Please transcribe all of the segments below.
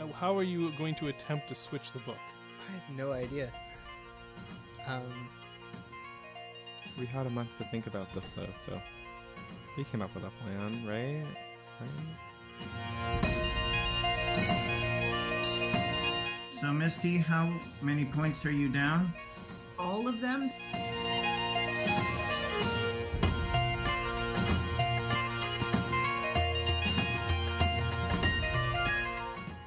uh, how are you going to attempt to switch the book? I have no idea. Um, We had a month to think about this though, so we came up with a plan, right? Right? So, Misty, how many points are you down? All of them?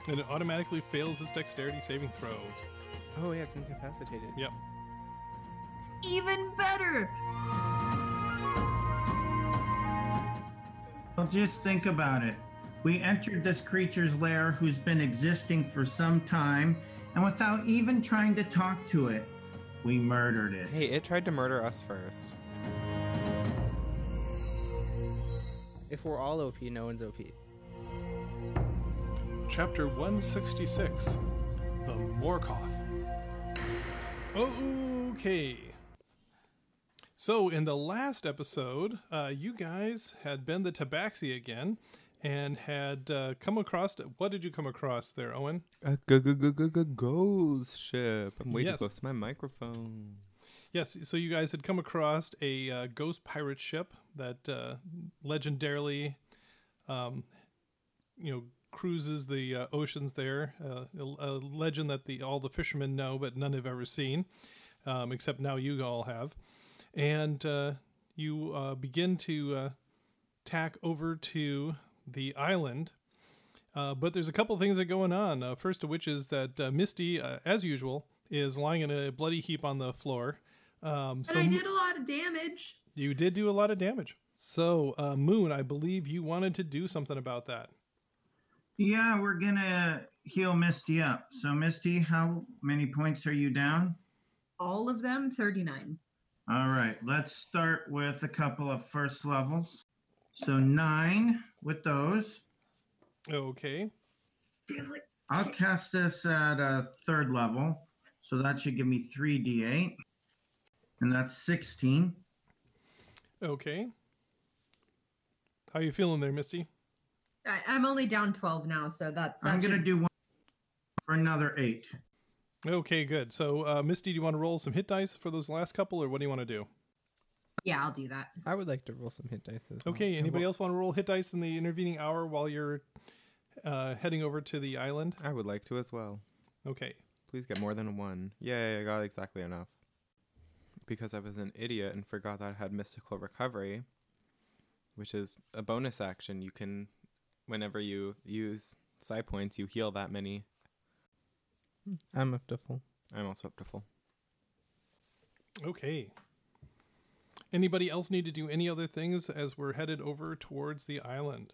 And it automatically fails his dexterity saving throws. Oh yeah, it's incapacitated. Yep. Even better! Well, just think about it. We entered this creature's lair who's been existing for some time, and without even trying to talk to it, we murdered it. Hey, it tried to murder us first. if we're all OP, no one's OP. Chapter 166 The Morkoth. Okay. So, in the last episode, uh, you guys had been the Tabaxi again and had uh, come across. What did you come across there, Owen? A go go go go go ghost ship. I'm way Yes. too close to my microphone. Yes, so you guys had come across a uh, ghost pirate ship that uh, legendarily, um, you know, cruises the uh, oceans there. Uh, a, a legend that the all the fishermen know, but none have ever seen, um, except now you all have. And uh, you uh, begin to uh, tack over to the island. Uh, but there's a couple things that are going on. Uh, first of which is that uh, Misty, uh, as usual, is lying in a bloody heap on the floor. Um, And I did a lot of damage. you did do a lot of damage. So, uh, Moon, I believe you wanted to do something about that. Yeah, we're gonna heal Misty up. So, Misty, how many points are you down? All of them? 39. All right, let's start with a couple of first levels. So, nine with those. Okay. I'll cast this at a third level. So, that should give me 3d8, and that's 16. Okay. How you feeling there, Misty? I, I'm only down 12 now, so that, that I'm gonna should- do one for another eight. Okay, good. So, uh, Misty, do you want to roll some hit dice for those last couple, or what do you want to do? Yeah, I'll do that. I would like to roll some hit dice as well. Okay. Anybody else want to roll hit dice in the intervening hour while you're uh, heading over to the island? I would like to as well. Okay. Please get more than a one. Yay, I got exactly enough. Because I was an idiot and forgot that I had mystical recovery, which is a bonus action. You can whenever you use psi points, you heal that many. I'm up to full. I'm also up to full. Okay. Anybody else need to do any other things as we're headed over towards the island?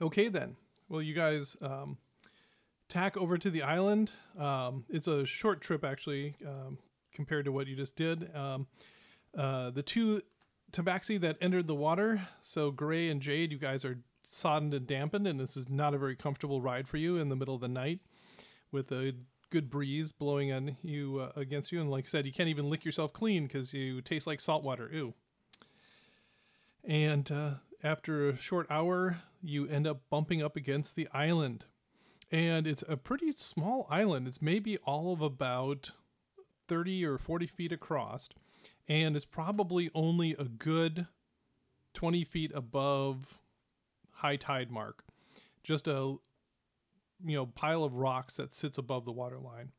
Okay, then. Well, you guys um, tack over to the island. Um, it's a short trip, actually, um, compared to what you just did. Um, uh, the two tabaxi that entered the water, so Gray and Jade, you guys are soddened and dampened, and this is not a very comfortable ride for you in the middle of the night with a good breeze blowing on you uh, against you and like i said you can't even lick yourself clean because you taste like salt water ew and uh, after a short hour you end up bumping up against the island and it's a pretty small island it's maybe all of about 30 or 40 feet across and it's probably only a good 20 feet above high tide mark just a you know pile of rocks that sits above the water line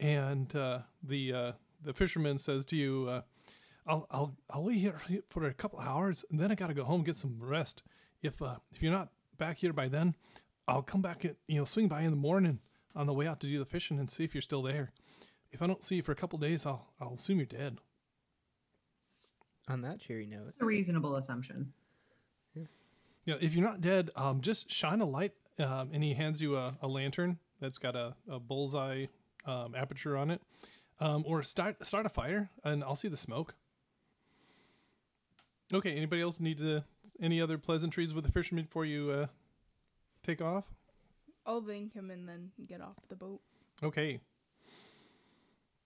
and uh, the uh, the fisherman says to you uh, I'll, I'll I'll wait here for a couple hours and then I gotta go home and get some rest if uh, if you're not back here by then I'll come back at you know swing by in the morning on the way out to do the fishing and see if you're still there if I don't see you for a couple days I'll I'll assume you're dead On that cheery note, A reasonable assumption. you know, if you're not dead, um, just shine a light. Um, and he hands you a, a lantern that's got a, a bullseye um, aperture on it. Um, or start start a fire, and I'll see the smoke. Okay. Anybody else need to any other pleasantries with the fisherman before you uh, take off? I'll thank him and then get off the boat. Okay.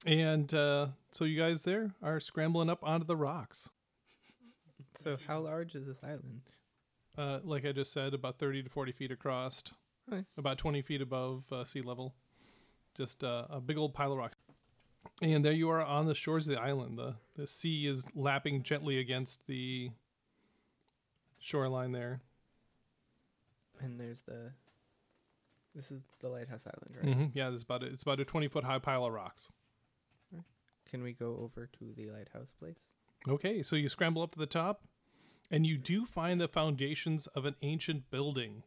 And uh, so you guys there are scrambling up onto the rocks. so how large is this island? uh, like I just said, about 30 to 40 feet across. Okay. about 20 feet above uh, sea level. Just uh, a big old pile of rocks. And there you are on the shores of the island. The, the sea is lapping gently against the shoreline there. And there's the. This is the lighthouse island, right? hmm Yeah, there's about a, it's about a 20 foot high pile of rocks. Can we go over to the lighthouse place? Okay, so you scramble up to the top, and you do find the foundations of an ancient building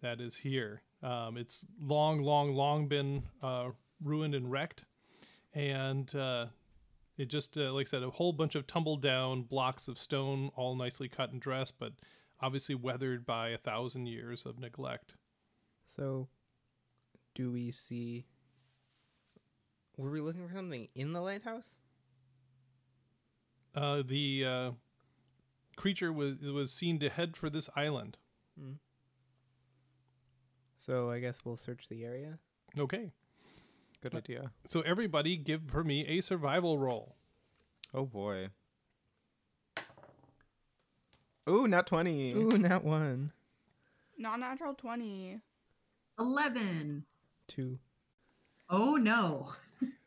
that is here. Um, it's long, long, long been uh, ruined and wrecked, and uh, it just, uh, like I said, a whole bunch of tumbled down blocks of stone, all nicely cut and dressed, but obviously weathered by a thousand years of neglect. So, do we see? Were we looking for something in the lighthouse? Uh, the uh, creature was was seen to head for this island. So I guess we'll search the area. Okay, Good idea. so everybody, give for me a survival roll. Oh boy. Ooh, not twenty. Ooh, not one, Not natural 20. 11. two. Oh no.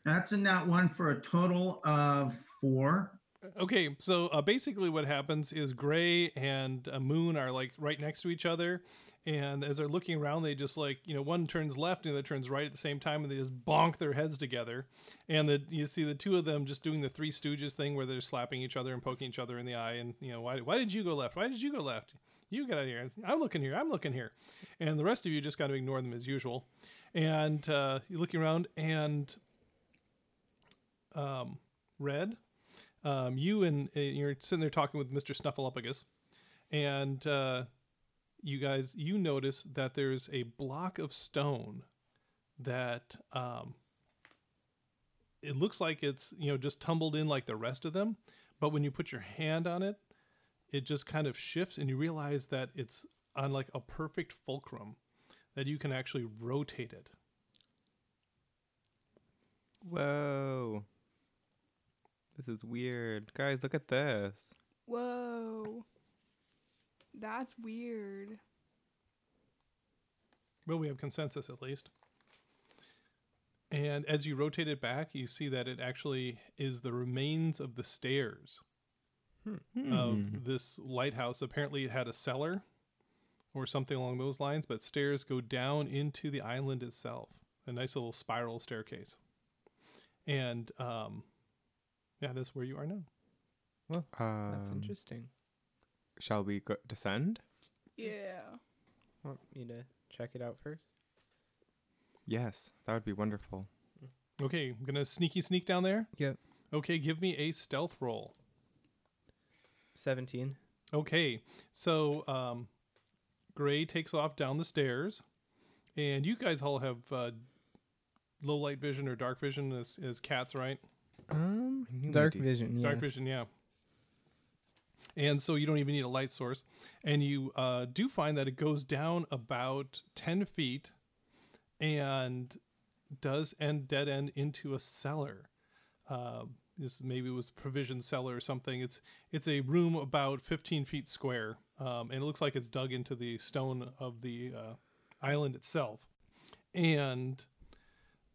That's a not one for a total of four. Okay, so uh, basically, what happens is Gray and uh, Moon are like right next to each other, and as they're looking around, they just like you know one turns left and the other turns right at the same time, and they just bonk their heads together, and the, you see the two of them just doing the Three Stooges thing where they're slapping each other and poking each other in the eye, and you know why why did you go left? Why did you go left? You get out of here. I'm looking here. I'm looking here, and the rest of you just got to ignore them as usual, and uh, you're looking around and um, Red um, you and uh, you're sitting there talking with Mr. Snuffleupagus, and uh, you guys you notice that there's a block of stone that um, it looks like it's you know just tumbled in like the rest of them, but when you put your hand on it, it just kind of shifts, and you realize that it's on like a perfect fulcrum that you can actually rotate it. Whoa. This is weird. Guys, look at this. Whoa. That's weird. Well, we have consensus at least. And as you rotate it back, you see that it actually is the remains of the stairs Hmm. Hmm. Oh. Um, of this lighthouse. Apparently, it had a cellar or something along those lines, but stairs go down into the island itself. A nice little spiral staircase. And um, yeah, that's where you are now. Um, That's interesting. Shall we go- descend? Yeah. Want me to check it out first? Yes, that would be wonderful. Okay, I'm going to sneaky sneak down there. Yep. Okay, give me a stealth roll. Seventeen. Okay, so um, Gray takes off down the stairs, and you guys all have uh, low light vision or dark vision as, as cats, right? Um, I knew my dark DC vision. Dark yes. vision, yeah. And so you don't even need a light source, and you uh, do find that it goes down about ten feet, and does end dead end into a cellar. Uh, this maybe was provision cellar or something. It's it's a room about 15 feet square, um, and it looks like it's dug into the stone of the uh, island itself. And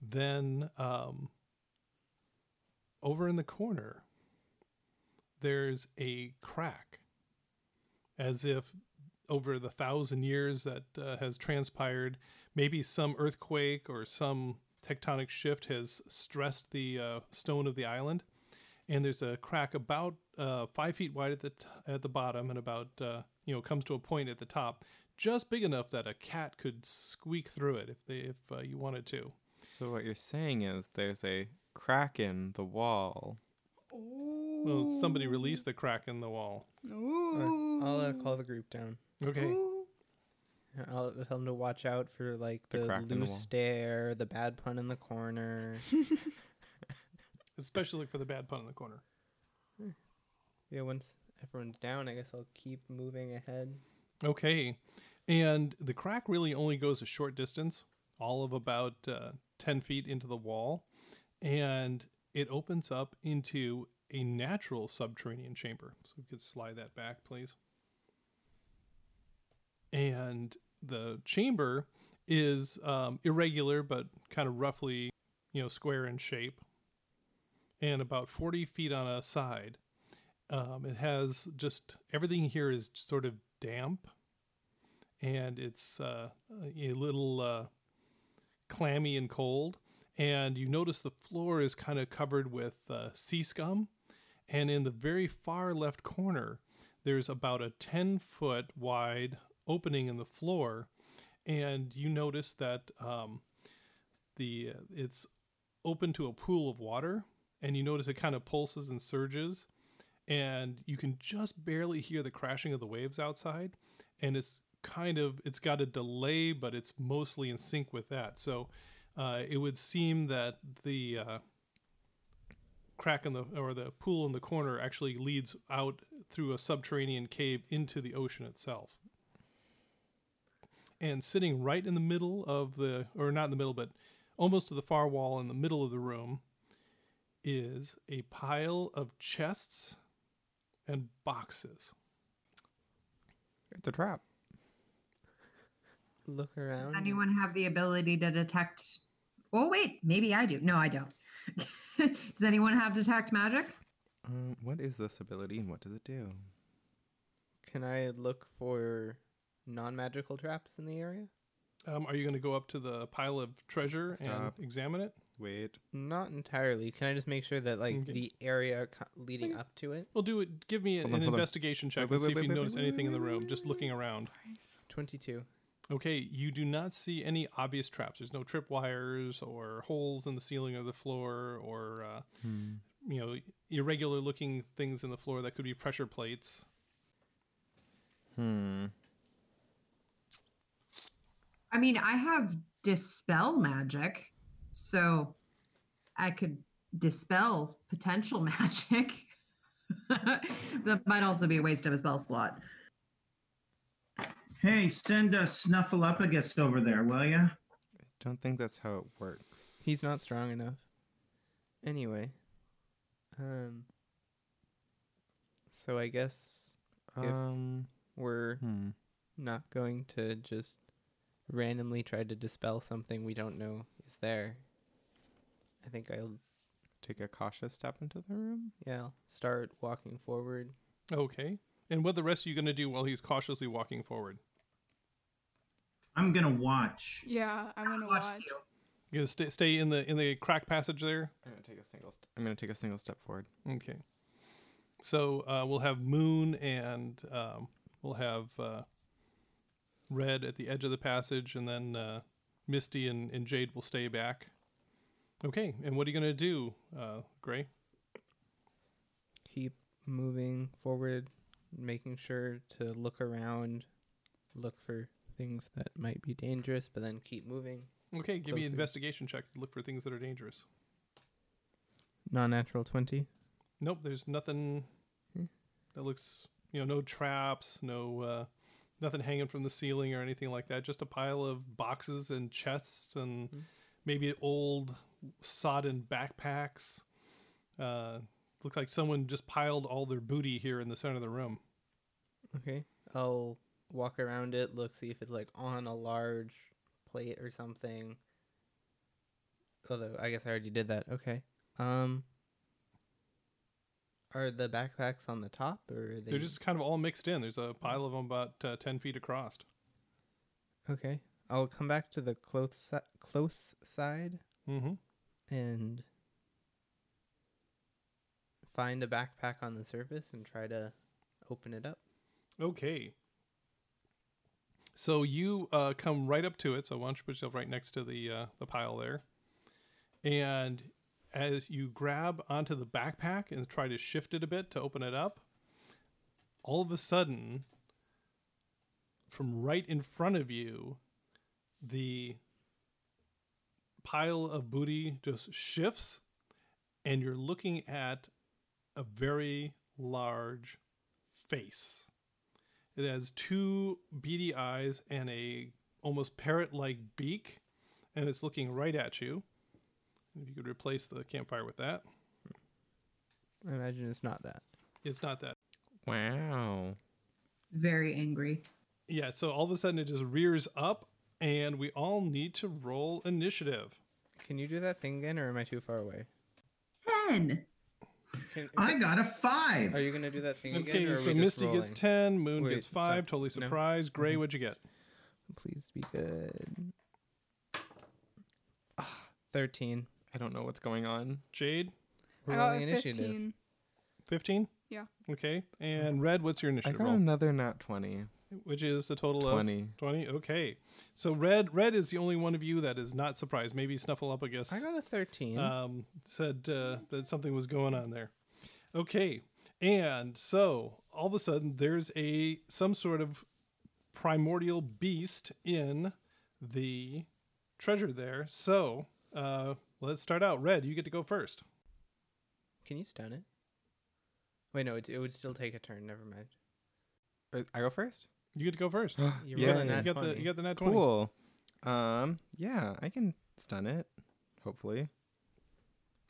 then um, over in the corner, there's a crack, as if over the thousand years that uh, has transpired, maybe some earthquake or some tectonic shift has stressed the uh, stone of the island, and there's a crack about uh, five feet wide at the t- at the bottom, and about uh, you know comes to a point at the top, just big enough that a cat could squeak through it if they if uh, you wanted to. So what you're saying is there's a crack in the wall. Ooh. Well, somebody released the crack in the wall. Ooh. Alright, I'll uh, call the group down. Okay. Ooh. I'll tell them to watch out for like The the, crack in the loose wall. stair, the bad pun in the corner. especially for the bad pun in the corner. yeah, once everyone's down, I guess I'll keep moving ahead. Okay. And the crack really only goes a short distance, all of about uh, 10 feet into the wall. And it opens up into a natural subterranean chamber. So we could slide that back, please. And the chamber is um, irregular but kind of roughly, you know, square in shape, and about 40 feet on a side. Um, it has just everything here is sort of damp, and it's uh, a little uh, clammy and cold. And you notice the floor is kind of covered with uh, sea scum, and in the very far left corner, there's about a 10 foot wide opening in the floor and you notice that um, the it's open to a pool of water and you notice it kind of pulses and surges and you can just barely hear the crashing of the waves outside and it's kind of it's got a delay but it's mostly in sync with that so uh, it would seem that the uh, crack in the or the pool in the corner actually leads out through a subterranean cave into the ocean itself. And sitting right in the middle of the or not in the middle but almost to the far wall in the middle of the room is a pile of chests and boxes. It's a trap. Look Does Oh, around. anyone have the ability to detect? Oh, wait, maybe I do. No, I don't. Does anyone have detect magic? Um, what is this ability and what does it do? Can I look for non-magical traps in the area? Um, are you going to go up to the pile of treasure Stop. and examine it? Wait. Not entirely. Can I just make sure that like Okay. the area co- leading up to it? Well, do it. Give me an, Hold on, an hold on. investigation check and Wait, wait, see if wait, you wait, notice wait, anything in the wait, room. wait, Just looking around. Twenty-two. Okay, you do not see any obvious traps. There's no tripwires or holes in the ceiling or the floor or uh, Hmm. you know irregular looking things in the floor that could be pressure plates. Hmm. I mean, I have dispel magic, so I could dispel potential magic. that might also be a waste of a spell slot. Hey, send a snuffleupagus over there, will ya? Don't think that's how it works. He's not strong enough. Anyway. Um. So I guess if- Um. we're Hmm. not going to just randomly try to dispel something we don't know is there. I think I'll Take a cautious step into the room. yeah I'll start walking forward. Okay, and what the rest are you going to do while he's cautiously walking forward? I'm gonna watch. Yeah, I'm gonna watch. Watched you. You going to stay stay in the in the crack passage there? I'm gonna take a single. St- I'm gonna take a single step forward. Okay. So uh, we'll have Moon and um, we'll have uh, Red at the edge of the passage, and then uh, Misty and, and Jade will stay back. Okay, and what are you going to do, uh, Gray? Keep moving forward, making sure to look around, look for things that might be dangerous, but then keep moving. Okay, give me an Closer. investigation check to look for things that are dangerous. Non-natural twenty. Nope, there's nothing Hmm. that looks, you know, no traps, no uh, nothing hanging from the ceiling or anything like that. Just a pile of boxes and chests and Hmm. maybe old sodden backpacks. Uh, looks like someone just piled all their booty here in the center of the room. Okay, I'll walk around it, look, see if it's like on a large plate or something. Although I guess I already did that. Okay. Um. Are the backpacks on the top, or are they? Hmm. They're just kind of all mixed in. There's a pile of them about uh, ten feet across. okay. I'll come back to the close si- close side Mm-hmm. and find a backpack on the surface and try to open it up. Okay. So you uh, come right up to it. So why don't you put yourself right next to the uh, the pile there, and as you grab onto the backpack and try to shift it a bit to open it up, all of a sudden, from right in front of you, the pile of booty just shifts, and you're looking at a very large face. It has two beady eyes and a almost parrot-like beak, and it's looking right at you. If you could replace the campfire with that, I imagine it's not that. it's not that. Wow. Very angry. Yeah. So all of a sudden, it just rears up and we all need to roll initiative. Can you do that thing again, or am I too far away? Ten. Can, I got a five. are you gonna do that thing again? Okay, or are so we just Misty gets rolling? 10, Moon Wait, gets 5, so- totally no. Mm-hmm. surprised. Gray, what'd you get? Please be good. Ah, Thirteen. I don't know what's going on. Jade, We're I got a rolling initiative. 15. 15? Yeah. Okay, and Red, what's your I initiative got roll? another nat 20. Which is a total of 20. 20. Okay, so Red Red is the only one of you that is not surprised. Maybe Snuffleupagus I got a thirteen. um, said uh, that something was going on there. Okay, and so all of a sudden there's a some sort of primordial beast in the treasure there. So uh, let's start out. Red, you get to go first. Can you stun it? Wait, no, it, it would still take a turn. Never mind. Uh, I go first? You get to go first. You Yeah, rolled a you nat you got the 20. you got the nat twenty. Cool. Um, yeah, I can stun it, hopefully.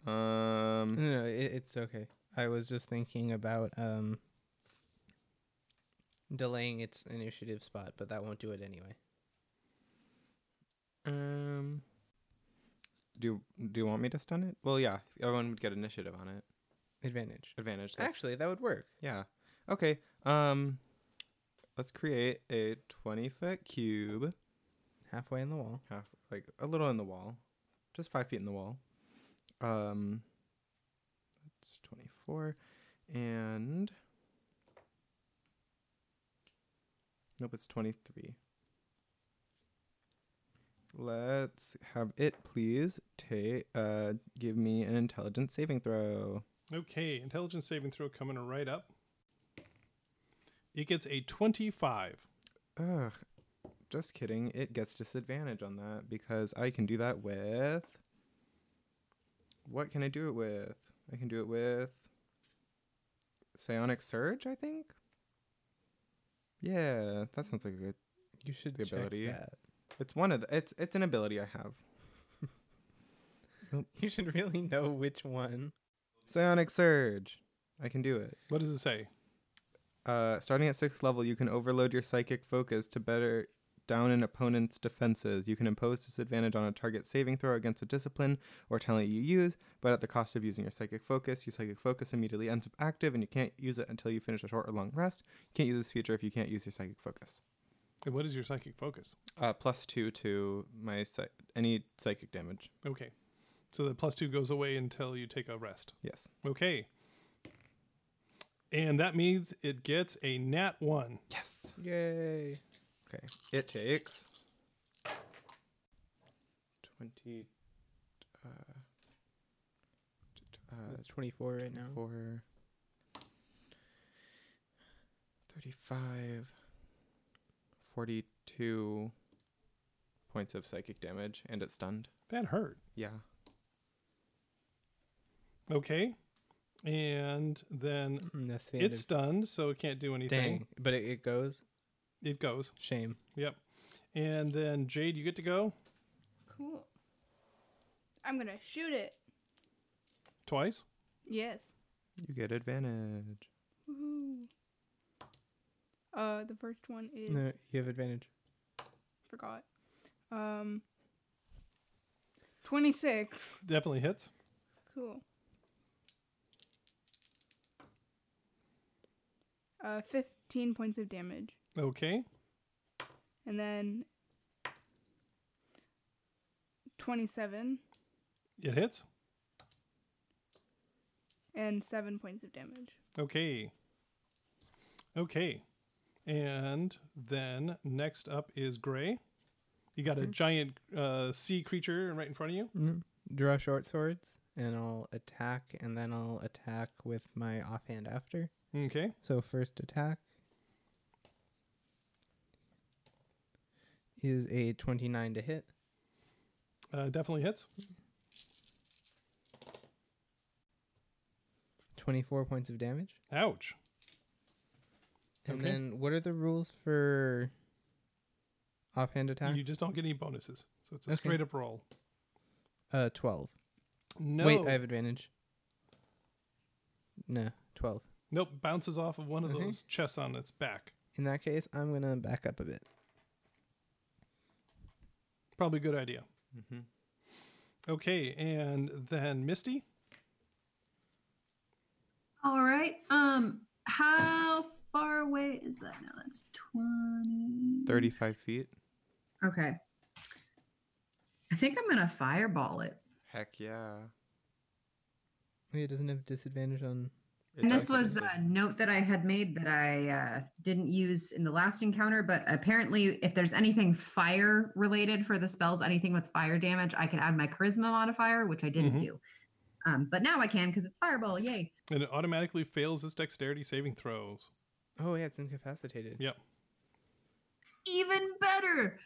Um, No, no, it, it's okay. I was just thinking about um delaying its initiative spot, but that won't do it anyway. um, do do you want me to stun it? Well, yeah, everyone would get initiative on it. Advantage. Advantage. that's- Actually, that would work. yeah. Okay. Um, let's create a twenty foot cube, Halfway in the wall. half like a little in the wall, just five feet in the wall. Um, that's twenty four, and nope, it's twenty three. Let's have it, please. Take, uh, give me an intelligence saving throw. Okay, intelligence saving throw coming right up. It gets a twenty-five. Ugh. Just kidding. It gets disadvantage on that because I can do that with. What can I do it with? I can do it with. Psionic Surge, I think? Yeah, that sounds like a good. You should The check ability. that. It's one of the. It's it's an ability I have. You should really know which one. Psionic Surge. I can do it. What does it say? Uh, starting at sixth level, you can overload your psychic focus to better down an opponent's defenses. You can impose disadvantage on a target saving throw against a discipline or talent you use, but at the cost of using your psychic focus. Your psychic focus immediately ends up active, and you can't use it until you finish a short or long rest. You can't use this feature if you can't use your psychic focus. And what is your psychic focus? Uh, plus two to my psy- any psychic damage. Okay, so the plus two goes away until you take a rest. Yes. Okay, and that means it gets a nat one. Yes. Yay. Uh, Okay. It takes twenty. Uh, t- t- uh, That's 24 right now. Four. 35 42 points of psychic damage and it's stunned That hurt. yeah Okay, and then Mm, That's the end it's stunned, so it can't do of anything. Dang. But it, it goes. It goes. Shame. Yep. And then Jade, you get to go Cool. I'm gonna shoot it. twice. Yes. you get advantage Woohoo. Uh, the first one is No, you have advantage. forgot. Um, twenty six. Definitely hits. Cool. Uh, fifteen points of damage, Okay. and then twenty seven It hits. and seven points of damage. Okay. Okay. And then next up is Gray. You got a Mm-hmm. giant uh, sea creature right in front of you. Draw short swords, and I'll attack, and then I'll attack with my offhand after. Okay. So first attack is a 29 to hit. Uh, definitely hits. 24 points of damage. Ouch. And Okay. then what are the rules for offhand attack? You just don't get any bonuses. So it's a Okay. straight up roll. Uh 12. No. Wait, I have advantage. No, 12. Nope. Bounces off of one of Okay. those chests on its back. In that case, I'm going to back up a bit. Probably a good idea. Mm-hmm. Okay, and then Misty. All right. Um, how far away is that now? That's twenty. 35 feet. Okay. I think I'm gonna fireball it. Heck yeah. Wait, it doesn't have disadvantage on. It And this does was uh, hit. a note that I had made that I uh, didn't use in the last encounter, but apparently, if there's anything fire related for the spells, anything with fire damage, I can add my charisma modifier, which I didn't Mhm. do. Um, but now I can because it's fireball. Yay. And it automatically fails its dexterity saving throws. Oh yeah, it's incapacitated. Yep. Even better.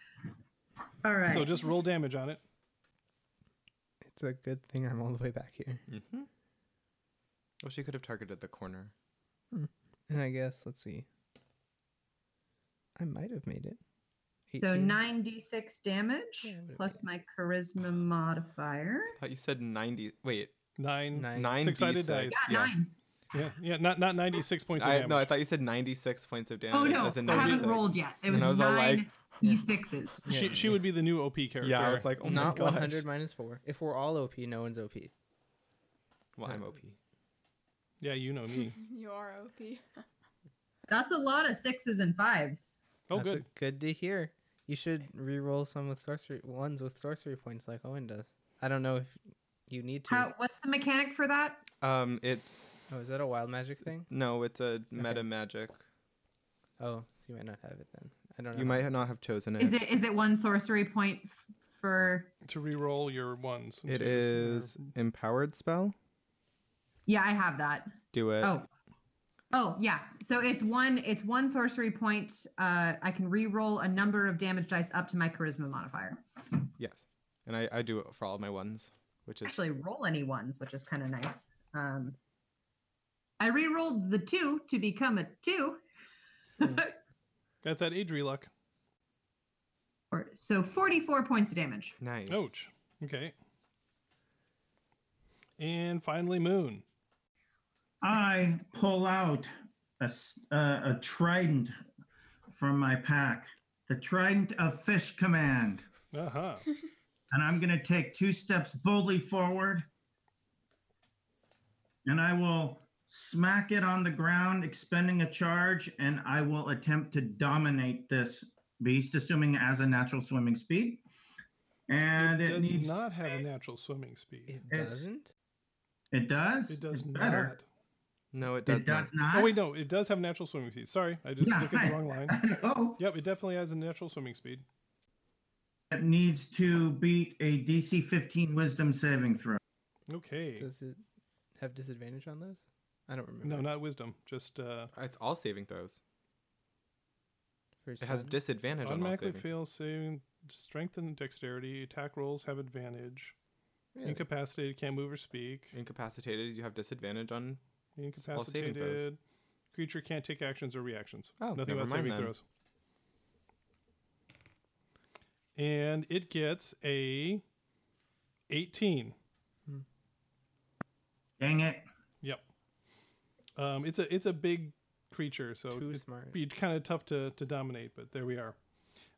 All right. So just roll damage on it. It's a good thing I'm all the way back here. Mm-hmm. Well, she could have targeted the corner. And I guess let's see. I might have made it. So 18. 9d6 damage Yeah, would've plus my charisma modifier. thought you said 90. Wait, Nine. Nine. nine Six-sided D6. dice. Got nine. Yeah, yeah, not not ninety six points of I, damage. no, I thought you said 96 points of damage. Oh no, as in I haven't 96. rolled yet. It And was, I was all like- hmm. nine d6s. Yeah, she yeah, she yeah. would be the new OP character. Yeah, I was like, oh my Not gosh. 100 minus four. If we're all OP, no one's OP. Well, I'm OP. yeah, you know me. You are OP. That's a lot of sixes and fives. Oh, That's a- good. good to hear. You should re-roll some with sorcery ones with sorcery points like Owen does. I don't know if you need to. How, what's the mechanic for that? Um, it's. Oh, is that a wild magic thing? No, it's a meta magic. Oh, so you might not have it then. I don't know. You might not have chosen it. Is it is it one sorcery point f- for? To re-roll your ones. and It twos. is empowered spell. Yeah, I have that. Do it. Oh, oh yeah. So it's one it's one sorcery point. Uh, I can re-roll a number of damage dice up to my charisma modifier. Yes. And I, I do it for all my ones, which is Actually, roll any ones, which is kind of nice. Um, I re-rolled the two to become a two. That's that Adri luck. Or, so 44 points of damage. nice. Ouch. Okay. And finally, Moon. I pull out a, s- uh, a trident from my pack, the trident of fish command. Uh huh. And I'm going to take two steps boldly forward and I will smack it on the ground, expending a charge, and I will attempt to dominate this beast, assuming it has a natural swimming speed. And it it, does needs not have a natural swimming speed. It It's- doesn't. it does. It does It's not. better. No, it does, It does not. Oh wait, no, it does have natural swimming speed. Sorry, I just Yeah, looked at I- the wrong line. I know. Yep, it definitely has a natural swimming speed. It needs to beat a DC 15 Wisdom saving throw. Okay. Does it have disadvantage on those? I don't remember. No, not wisdom. Just uh, not. It's all saving throws. First It has one. disadvantage on all automatically saving. fails saving strength and dexterity. Attack rolls have advantage. Really? Incapacitated, can't move or speak. Incapacitated, you have disadvantage on. all saving throws. Incapacitated. Creature can't take actions or reactions. Oh, nothing never about mind saving then. throws. And it gets a 18. Dang it. Yep. Um, it's a it's a big creature, so Too it'd smart. be kind of tough to to dominate. But there we are.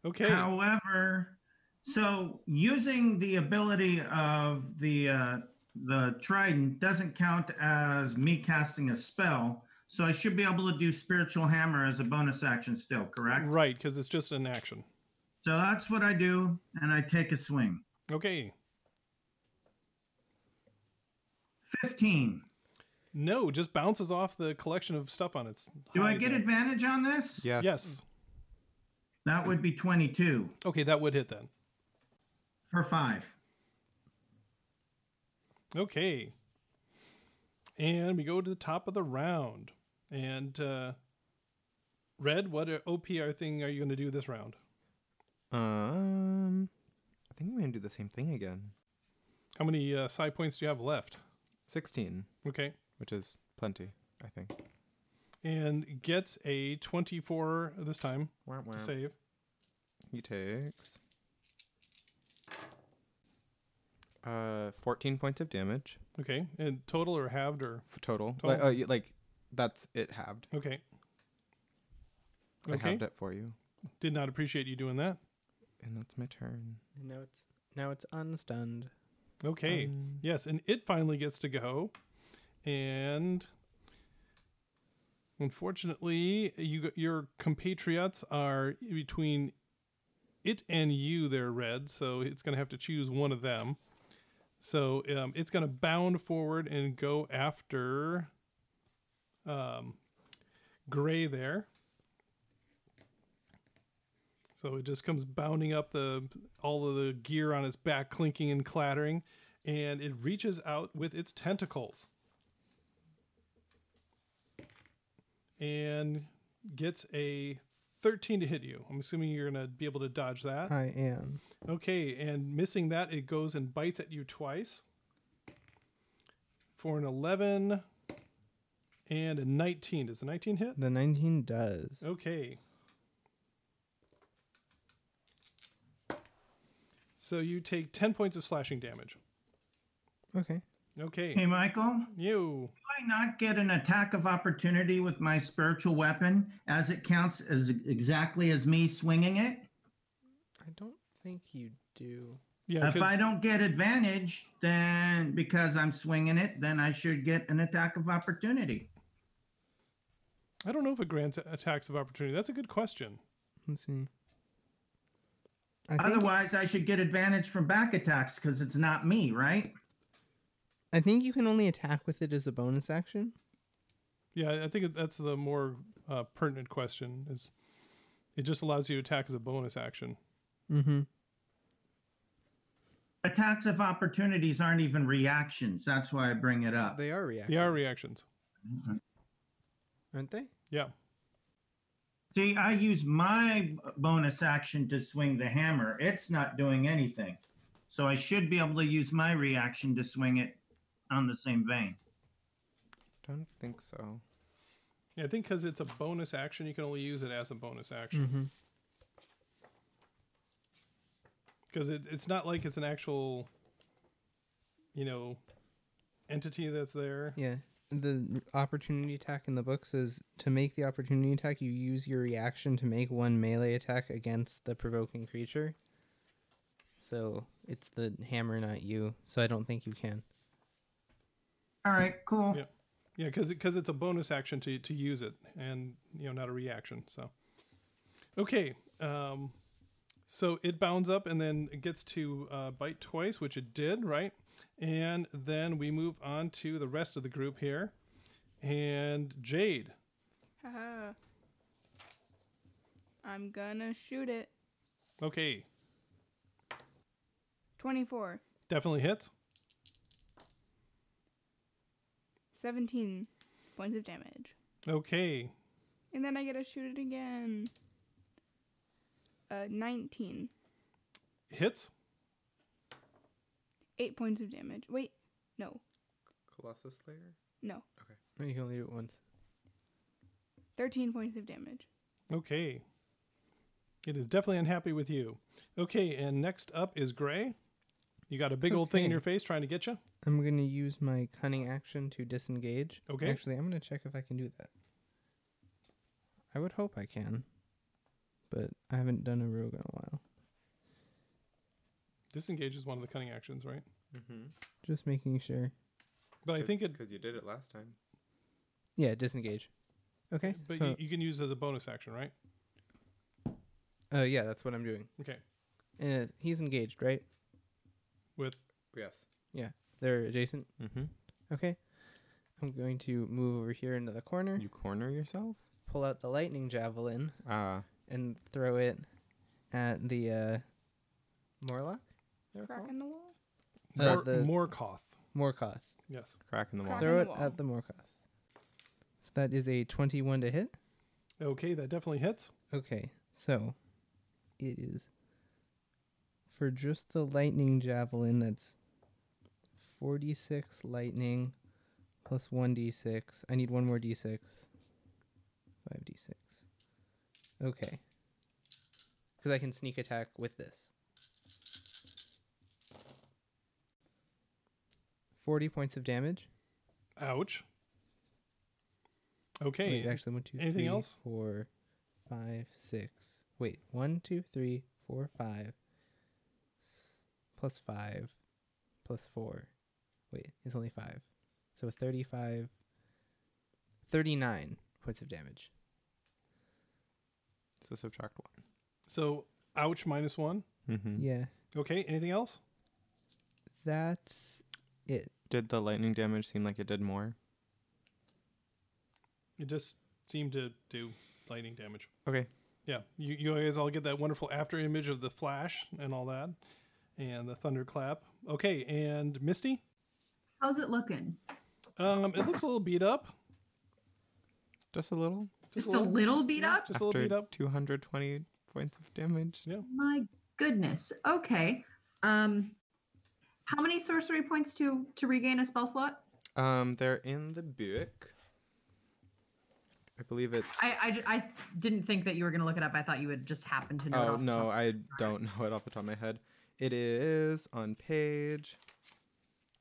Okay. However, so using the ability of the uh, the trident doesn't count as me casting a spell, so I should be able to do spiritual hammer as a bonus action still, correct? Right, because it's just an action. So that's what I do, and I take a swing. Okay. Fifteen. No, just bounces off the collection of stuff on its. Do I hide get there. advantage on this? Yes. Yes. That would be twenty-two Okay, that would hit then. for five. Okay. And we go to the top of the round. And uh, Red, what uh, OPR thing are you going to do this round? Um, I think I'm gonna do the same thing again. How many uh, side points do you have left? Sixteen, Okay. which is plenty, I think. And gets a 24 this time Wah, wah. to save. He takes uh fourteen points of damage Okay. And total or halved or. for total. Total. Like, uh, you- like that's it halved. Okay. I Okay. halved it for you. Did not appreciate you doing that. And that's my turn. And now it's now it's unstunned. Okay. Fun. Yes, and it finally gets to go. And unfortunately, you your compatriots are between it and you they're red, so it's going to have to choose one of them. So um, it's going to bound forward and go after um, gray there. So it just comes bounding up the all of the gear on its back, clinking and clattering, and it reaches out with its tentacles and gets a 13 to hit you. I'm assuming you're gonna be able to dodge that. I am. Okay, and missing that, it goes and bites at you twice for an 11 and a 19. Does the 19 hit? The 19 does. Okay. So you take 10 points of slashing damage. Okay. Okay. Hey, Michael, You. do I not get an attack of opportunity with my spiritual weapon as it counts as exactly as me swinging it? I don't think you do. Yeah, if I 'cause- don't get advantage, then because I'm swinging it, then I should get an attack of opportunity. I don't know if it grants attacks of opportunity. That's a good question. Let's see. I think, Otherwise, I should get advantage from back attacks because it's not me, right? I think you can only attack with it as a bonus action. Yeah, I think that's the more uh, pertinent question is it just allows you to attack as a bonus action. Mm-hmm. Attacks of opportunities aren't even reactions. That's why I bring it up. They are reactions. They are reactions. Aren't they? Yeah. See, I use my bonus action to swing the hammer. It's not doing anything. So I should be able to use my reaction to swing it on the same vein. Don't think so. yeah I think because it's a bonus action, you can only use it as a bonus action. Mm-hmm. because it, it's not like it's an actual you know entity that's there Yeah. The opportunity attack in the book says to make the opportunity attack, you use your reaction to make one melee attack against the provoking creature. So it's the hammer, not you. So I don't think you can. All right, cool. Yeah. yeah because it's a bonus action to, to use it and you know not a reaction so okay um so it bounds up and then it gets to uh, bite twice which it did right and then we move on to the rest of the group here and jade Haha. I'm gonna shoot it. okay 24, definitely hits 17 points of damage. okay And then I get to shoot it again. Uh, 19. hits 8 points of damage. Wait, no, Colossus Slayer? no. No, You can only do it once. 13 points of damage. Okay. It is definitely unhappy with you. Okay, and next up is Gray. You got a big old thing in Okay. your face trying to get you. I'm gonna use my cunning action to disengage. Okay. Actually, I'm gonna check if I can do that. I would hope I can, but I haven't done a rogue in a while. Disengage is one of the cunning actions, right? Mm-hmm. Just making sure. But I think it. Because you did it last time. Yeah, disengage. Okay. But so, you, you can use it as a bonus action, right? uh, yeah, that's what I'm doing. Okay. And it- he's engaged, right? With Yes. They're adjacent. Mm-hmm. Okay. I'm going to move over here into the corner, You corner yourself? pull out the lightning javelin, Ah. and throw it at the uh, Morlock. they're Crack called? in the wall? Uh, Mor- the- Morkoth. Morkoth. Yes. crack in the wall. Crack. Throw on it the wall. at the Morkoth. So that is a 21 to hit. Okay, that definitely hits. Okay, so it is for just the lightning javelin that's 46 lightning plus 1d6. I need one more d6. 5d6. Okay. Because I can sneak attack with this. 40 points of damage. Ouch. Okay. Wait, actually, one, two, anything three, else? four, five, six. Wait, one, two, three, four, five, s- plus five, plus four. Wait, it's only five. So 35, 39 points of damage. So subtract one. So, ouch, minus one. Mm-hmm. Yeah, Okay, anything else? that's it. Did the lightning damage seem like it did more? It just seemed to do lightning damage. Okay. Yeah, you, you guys all get that wonderful after image of the flash and all that, and the thunderclap. Okay, and Misty? How's it looking? Um, it looks a little beat up. Just a little. Just, a little beat up? Just a little beat up. 220 points of damage. My goodness. Okay. Um how many sorcery points to to regain a spell slot? Um, they're in the book. I believe it's. I I, ju- I didn't think that you were going to look it up. I thought you would just happen to know. it oh off the no, top. I don't know it off the top of my head. It is on page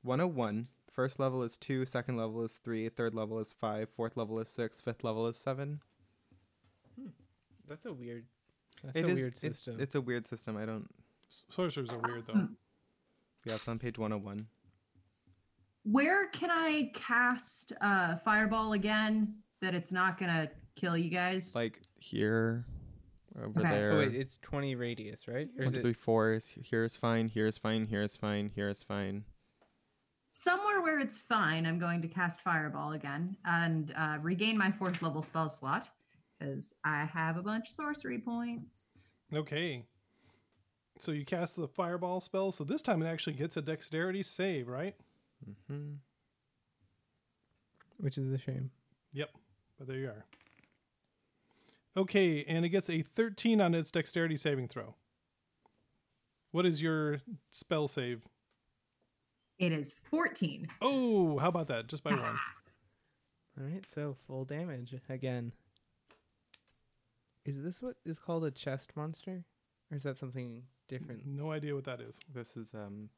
101. First level is two, second level is three, third level is five, fourth level is six, fifth level is seven. That's a weird. That's It a is- weird it's- system. It's, a weird system. I don't. S- Sorcerers are weird though. Hmm. Yeah, it's on page 101. Where can I cast uh fireball again that it's not going to kill you guys? Like here, over Okay. Oh, there. oh wait, it's twenty radius, right? Or One, is two, it three, four is here is fine, here is fine, here is fine, here is fine. Somewhere where it's fine, I'm going to cast Fireball again and uh, regain my fourth level spell slot because I have a bunch of sorcery points. Okay. So you cast the fireball spell. So this time it actually gets a dexterity save, right? Hmm. which is a shame. Yep. But there you are. Okay, and it gets a 13 on its dexterity saving throw. What is your spell save? It is 14. Oh, how about that? Just by one. All right, so full damage again. Is this what is called a chest monster, or is that something different? No idea what that is. This is um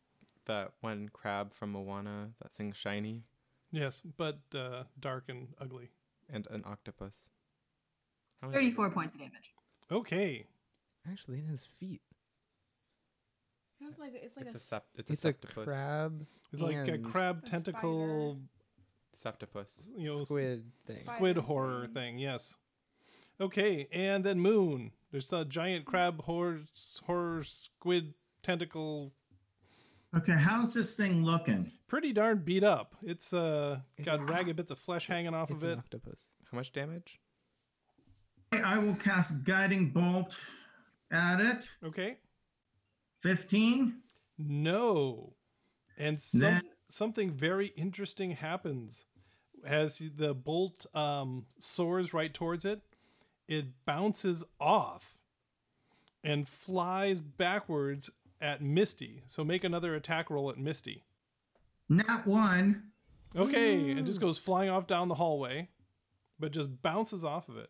that one crab from Moana that sings shiny Yes, but uh, dark and ugly. and an octopus. How many- 34 points of damage. Okay. Actually, it has feet. It's like it's like It's a, a sept it's, It's a a septopus. crab, It's like a And crab A tentacle, Septopus. you know, s- squid thing. Spider squid horror thing. thing. Yes. Okay, and then Moon. There's a giant crab horse horror squid tentacle. Okay, how's this thing looking? Pretty darn beat up. It's uh It got is- ragged bits of flesh hanging off of It's it. an octopus. How much damage? Okay, I will cast Guiding Bolt at it. Okay. 15. No. And some, Then- something very interesting happens as the bolt um, soars right towards it. It bounces off and flies backwards at Misty. So make another attack roll at Misty. Not one. Okay, it just goes flying off down the hallway, but just bounces off of it.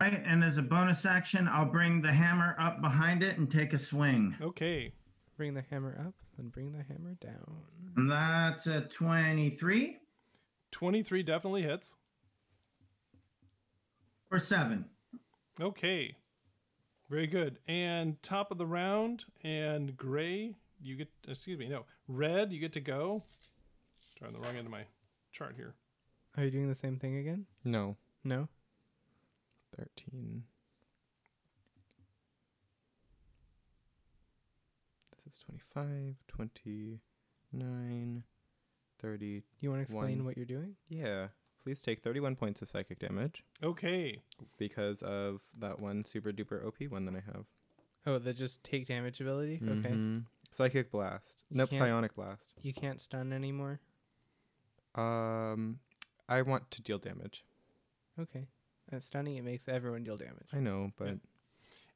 Right, and as a bonus action, I'll bring the hammer up behind it and take a swing. Okay, Bring the hammer up, then bring the hammer down. And that's a 23 23 definitely hits. or 7. Okay. Very good. And top of the round and gray, you get excuse me, no. Red, you get to go. Sorry, on the wrong end of my chart here. Are you doing the same thing again? No. No. Thirteen. This is 25, 29, 30. You want to explain One. what you're doing? Yeah. Please take 31 points of psychic damage Okay. because of that one super duper OP one that I have. Oh, the just take damage ability. Okay. Mm-hmm. Mhm. Psychic blast. You nope, can't- psionic blast. You can't stun anymore. Um I want to deal damage. Okay. That's stunning. It makes everyone deal damage. I know, but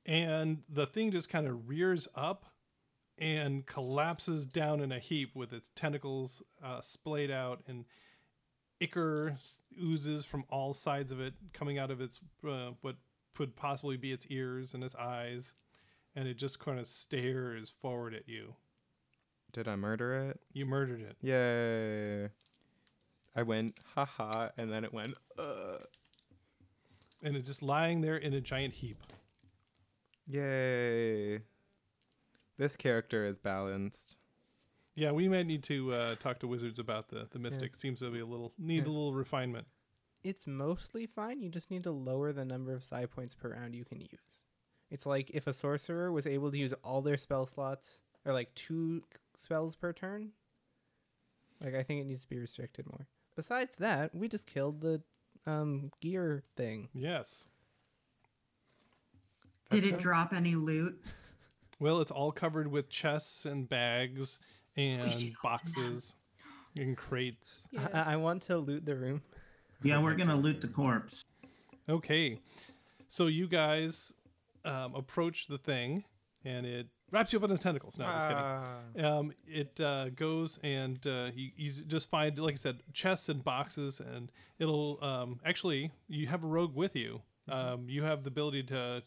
And the thing just kind of rears up and collapses down in a heap with its tentacles uh, splayed out and ichor s- oozes from all sides of it coming out of its uh, what could possibly be its ears and its eyes and it just kind of stares forward at you did I murder it? You murdered it. Yay. I went haha and then it went uh And it's just lying there in a giant heap. Yay. This character is balanced. Yeah, we might need to uh, talk to wizards about the the mystic. Seems to be a little need a Yeah. little refinement. It's mostly fine. You just need to lower the number of psi points per round you can use. It's like if a sorcerer was able to use all their spell slots, or like two spells per turn. Like I think it needs to be restricted more. Besides that, we just killed the um, gear thing. Yes. Did it drop any loot? Well, it's all covered with chests and bags and boxes and crates. I- I-, I want to loot the room. Yeah, we're gonna loot the corpse. Okay. So you guys um, approach the thing and it wraps you up in its tentacles. No, just kidding. Ah. Um, it uh, goes and uh, you, you just find, like I said, chests and boxes, and it'll um, actually, you have a rogue with you. Um, you have the ability to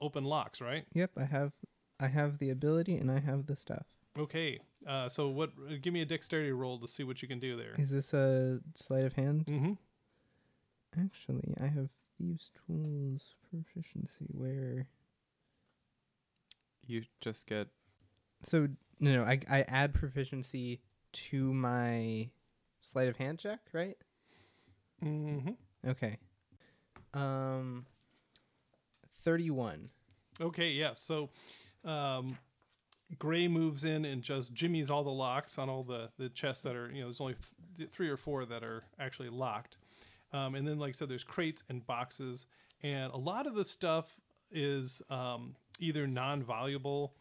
open locks, right? Yep, I have, I have the ability and I have the stuff. Okay. Uh, so what? Give me a dexterity roll to see what you can do there. Is this a sleight of hand? Mm-hmm. Actually, I have thieves' tools proficiency. Where? You just get So no, no I I add proficiency to my sleight of hand check, right? Mm-hmm. Okay. Um. Thirty-one. Okay, yeah. So, um, Gray moves in and just jimmies all the locks on all the the chests that are you know there's only th- th- three or four that are actually locked, um, and then like I said, there's crates and boxes, and a lot of the stuff is um, either non-valuable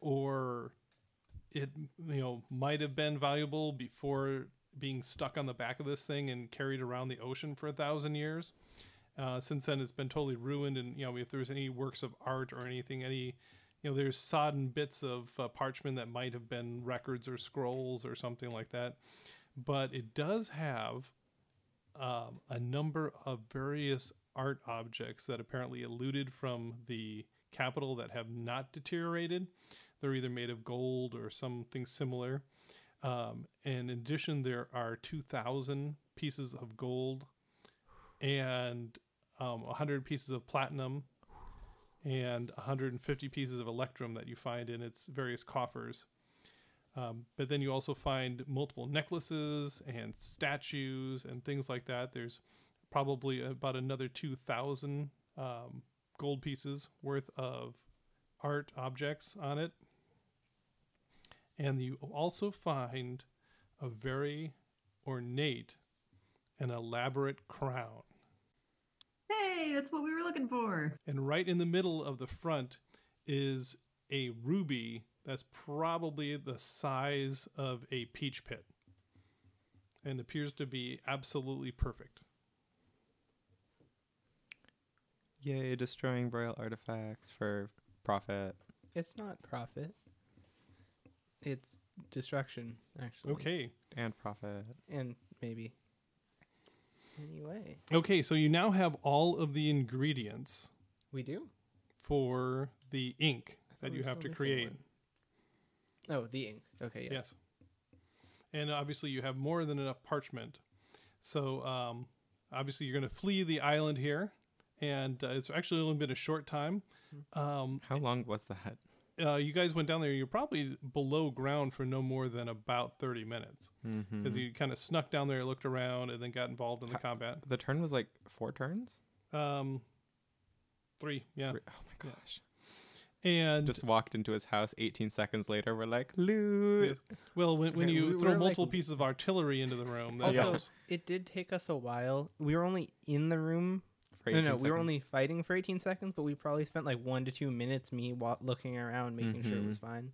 or it you know might have been valuable before being stuck on the back of this thing and carried around the ocean for a thousand years uh, since then it's been totally ruined and you know if there's any works of art or anything any you know there's sodden bits of uh, parchment that might have been records or scrolls or something like that but it does have um, a number of various art objects that apparently eluded from the capital that have not deteriorated they're either made of gold or something similar um, and in addition there are 2000 pieces of gold and um, 100 pieces of platinum and 150 pieces of electrum that you find in its various coffers. Um, but then you also find multiple necklaces and statues and things like that. There's probably about another 2,000 um, gold pieces worth of art objects on it. And you also find a very ornate an elaborate crown. Hey, that's what we were looking for. And right in the middle of the front is a ruby that's probably the size of a peach pit and appears to be absolutely perfect. yay destroying braille artifacts for profit. It's not profit. It's destruction, actually. Okay. And profit. And maybe. Anyway, Okay, so you now have all of the ingredients we do. for the ink thought that we you were have to still missing create. one. Oh, the ink. Okay. Yeah. Yes. And obviously, you have more than enough parchment. So, um, obviously, you're going to flee the island here. And uh, it's actually only been a short time. Hmm. Um, How long was that? uh, you guys went down there. You're probably below ground for no more than about 30 minutes Mm-hmm. because you kind of snuck down there, looked around, and then got involved in the Ha- combat. The turn was like four turns? Um, three, yeah. Three- Oh my gosh. And Just walked into his house 18 seconds later. We're like, loot. well, when, when Okay, you we throw were, like, multiple pieces of artillery into the room, that Also, helps. it did take us a while. We were only in the room. for no, 18 no, we were seconds. only fighting for 18 seconds, but we probably spent like one to two minutes me wa- looking around, making sure it Mhm. was fine.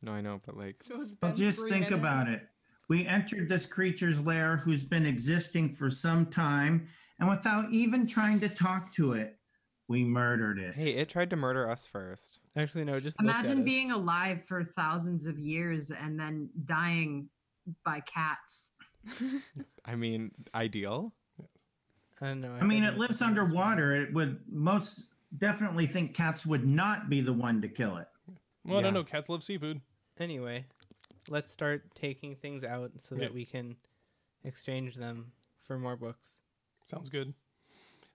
No, I know, but like, So it's Well, been just three think minutes. about it. We entered this creature's lair who's been existing for some time, and without even trying to talk to it, we murdered it. hey, it tried to murder us first. Actually, no, it just looked at Imagine us. being alive for thousands of years and then dying by cats. I mean, ideal. I don't know. I mean, couldn't it lives think of this one. underwater. It would most definitely think cats would not be the one to kill it. Well, no, yeah. no, cats love seafood. Anyway, let's start taking things out so Yeah. that we can exchange them for more books. Sounds good.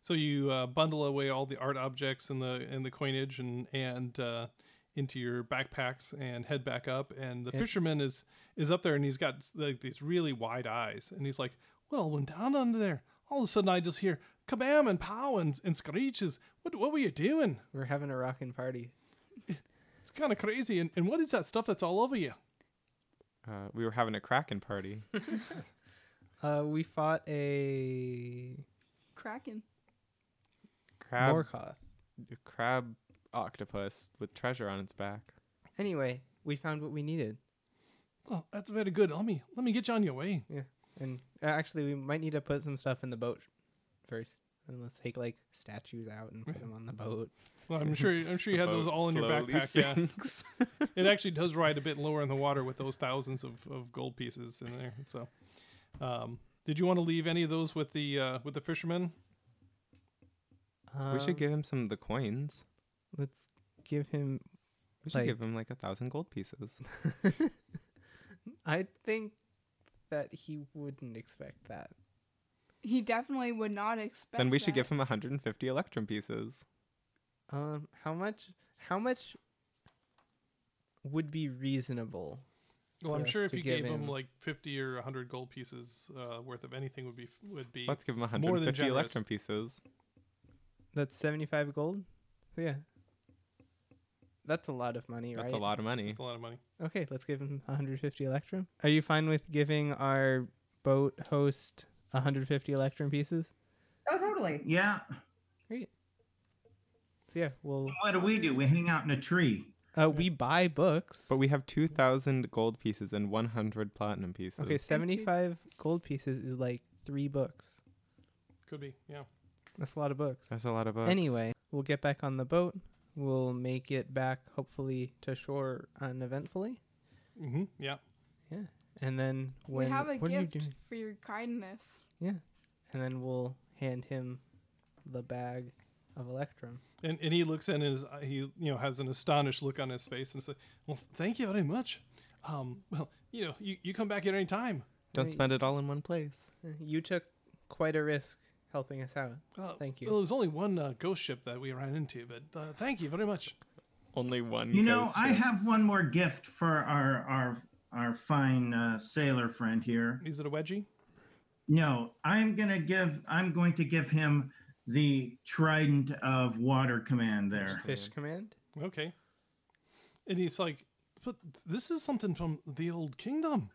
So you uh, bundle away all the art objects and the and the coinage and and uh, into your backpacks and head back up. And the Yeah. fisherman is is up there and he's got like these really wide eyes and he's like, "Well, when down under there, all of a sudden I just hear kabam and pow and and screeches. What what were you doing? We're having a rocking party. It's kind of crazy. And and what is that stuff that's all over you? Uh, we were having a Kraken party. Uh, we fought a Kraken. Crab, Morkoth. crab octopus with treasure on its back. Anyway, we found what we needed, Well, that's very good. Let me let me get you on your way. and uh, actually, we might need to put some stuff in the boat first, and let's take like statues out and put them on the boat. Well, I'm sure I'm sure you The had those boat all in your slowly backpack. Yeah. sinks. it actually does ride a bit lower in the water with those thousands of, of gold pieces in there. So, um, did you want to leave any of those with the uh, with the fishermen? Um, we should give him some of the coins. Let's give him. We should like- give him like a thousand gold pieces. I think that he wouldn't expect that. He definitely would not expect. then we should that. give him 150 electrum pieces. Um, how much? How much would be reasonable? Well, I'm Yes, sure if to you give gave them him. like 50 or 100 gold pieces uh, worth of anything would be would be Let's give him than 150 generous. electrum pieces. That's seventy-five gold. So yeah, that's a lot of money, That's right? a lot of money. that's a lot of money. Okay, let's give him 150 electrum. Are you fine with giving our boat host 150 electrum pieces? Oh, totally. Yeah. Great. So yeah, well, What do we do? We hang out in a tree. uh, we buy books. But we have 2,000 gold pieces and 100 platinum pieces. okay, 75 gold pieces is like three books. Could be, yeah. That's a lot of books. That's a lot of books. Anyway, we'll get back on the boat. We'll make it back hopefully to shore uneventfully, Mm-hmm. hmm yeah. and then We when have a what are you gift doing? for your kindness. And then we'll hand him the bag of electrum. And and he looks in his uh, he you know has an astonished look on his face and says, "Well, thank you very much. Um, well, you know, you, you come back at any time. Don't Right. spend it all in one place. You took quite a risk helping us out. Uh, Thank you. Well, there was only one uh, ghost ship that we ran into, but uh, thank you very much. Only one. You know, goes I ship. have one more gift for our our our fine uh, sailor friend here. Is it a wedgie? No, I'm gonna give. I'm going to give him the trident of water command there. Fish command. Okay. And he's like, but this is something from the old kingdom.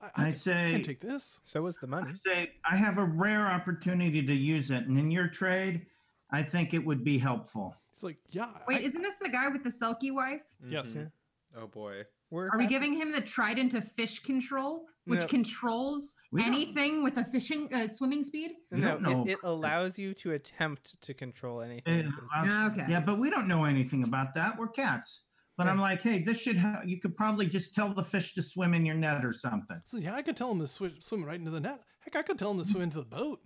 I, I can, say- can't take this. So was the money. I say I have a rare opportunity to use it, and in your trade, I think it would be helpful. He's like, yeah. Wait, I- isn't this the guy with the sulky wife? Yes. Mhm. Oh boy. We're Are we happy- giving him the trident of fish control, which No. controls We don't- anything with a fishing uh, swimming speed? We No, don't know it, it about this. allows you to attempt to control anything. It with this. allows- Okay. Yeah, but we don't know anything about that. We're cats. But I'm Yeah. like, hey, this should. Ha- you could probably just tell the fish to swim in your net or something. So yeah, I could tell him to swi- swim right into the net. Heck, I could tell him to swim into the boat.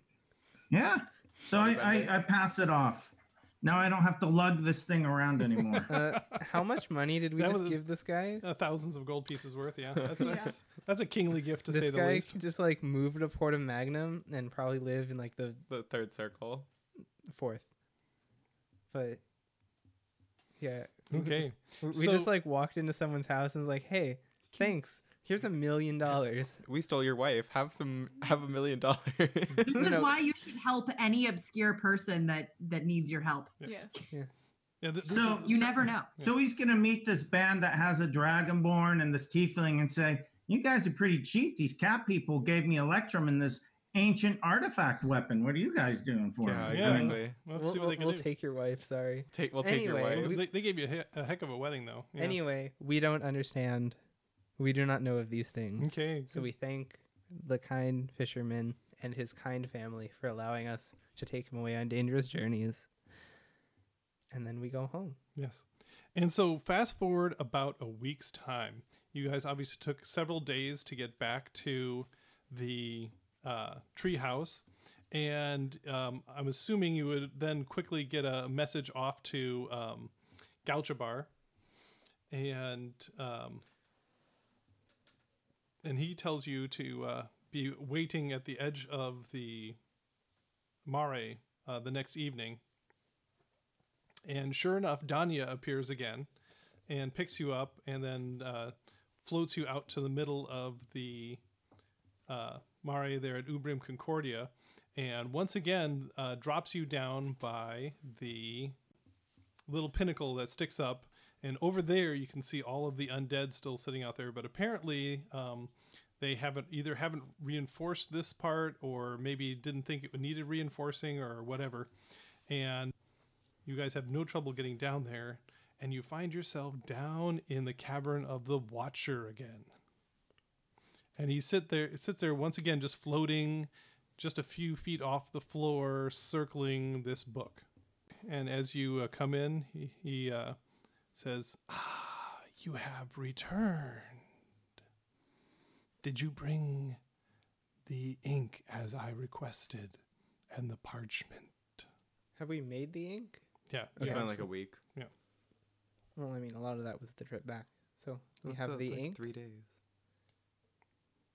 Yeah. So I, I, I pass it off. Now I don't have to lug this thing around anymore. Uh, how much money did we That just was- give this guy? Uh, thousands of gold pieces worth. Yeah, that's that's, that's a kingly gift to say this the guy least. could just like move to Porta Magnum and probably live in like the The third circle. fourth. But yeah, we- Okay. we, we So- just like walked into someone's house and was like, "Hey, thanks. Here's a million dollars." We stole your wife. Have some. Have a million dollars. This is No. why you should help any obscure person that that needs your help. Yes. Yeah. Yeah, th- this So is- You never know. so he's going to meet this band that has a dragonborn and this tiefling and say, You guys are pretty cheap. These cat people gave me Electrum and this ancient artifact weapon. What are you guys doing for yeah, me? Yeah. I mean, exactly. Let's we'll see what we'll- they can we'll do. take your wife. Sorry. Take. We'll take your Anyway, wife. Well, we- they, they gave you a, he- a heck of a wedding, though. Yeah. Anyway, we don't understand. We do not know of these things. Okay. So we thank the kind fisherman and his kind family for allowing us to take him away on dangerous journeys. And then we go home. Yes. And so fast forward about a week's time. You guys obviously took several days to get back to the uh, tree house. And um, I'm assuming you would then quickly get a message off to um, Gauchabar. And um, and he tells you to uh, be waiting at the edge of the Mare uh, the next evening. And sure enough, Danya appears again and picks you up and then uh, floats you out to the middle of the uh, Mare there at Ubrim Concordia. And once again, uh, drops you down by the little pinnacle that sticks up. And over there, you can see all of the undead still sitting out there. But apparently, um, they haven't either haven't reinforced this part, or maybe didn't think it needed reinforcing, or whatever. And you guys have no trouble getting down there, and you find yourself down in the cavern of the Watcher again. And he sit there sits there once again, just floating, just a few feet off the floor, circling this book. And as you uh, come in, he, he uh, says, "Ah, you have returned. Did you bring the ink as I requested, and the parchment?" Have we made the ink? Yeah, It's yeah. been like a week. Well, I mean, a lot of that was the trip back. So we It's, uh, have the like ink, Three days.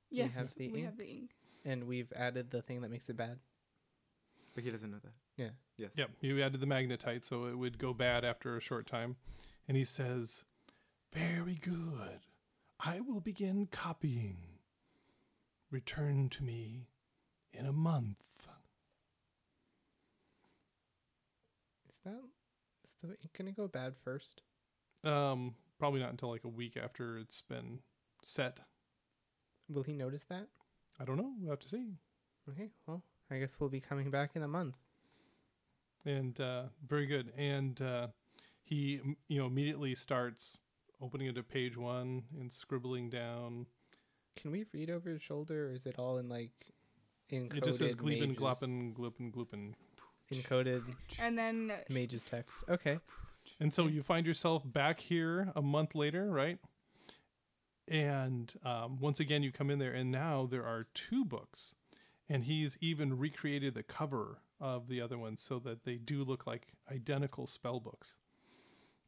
Yes, we have have the the, ink? ink. and we've added the thing that makes it bad. But he doesn't know that. Yeah. Yes. Yep, you added the magnetite, so it would go bad after a short time. And he says, Very good. I will begin copying. Return to me in a month. Is that is the ink gonna go bad first? Um, probably not until like a week after it's been set. Will he notice that? I don't know. We'll have to see. Okay, well, I guess we'll be coming back in a month. and uh, very good. And uh, he, m- you know, immediately starts opening it to page one and scribbling down. Can we read over his shoulder, or is it all in like encoded? it just says gleepin, mages, gloppin, gloopin, gloopin. Encoded And then uh, mage's text. Okay, And so you find yourself back here a month later, right? And um, once again, you come in there, and now there are two books, and he's even recreated the cover of the other one so that they do look like identical spell books.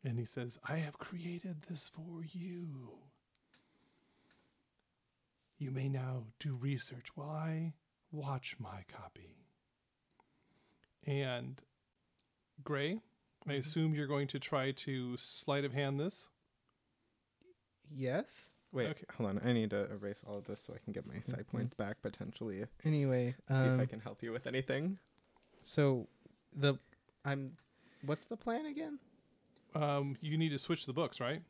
And he says, I have created this for you. You may now do research while I watch my copy. And Gray, I assume you're going to try to sleight of hand this. yes. Wait, Okay. hold on. I need to erase all of this so I can get my side points back potentially. See Anyway, if I um, can help you with anything. so the I'm. What's the plan again? Um, you need to switch the books, right?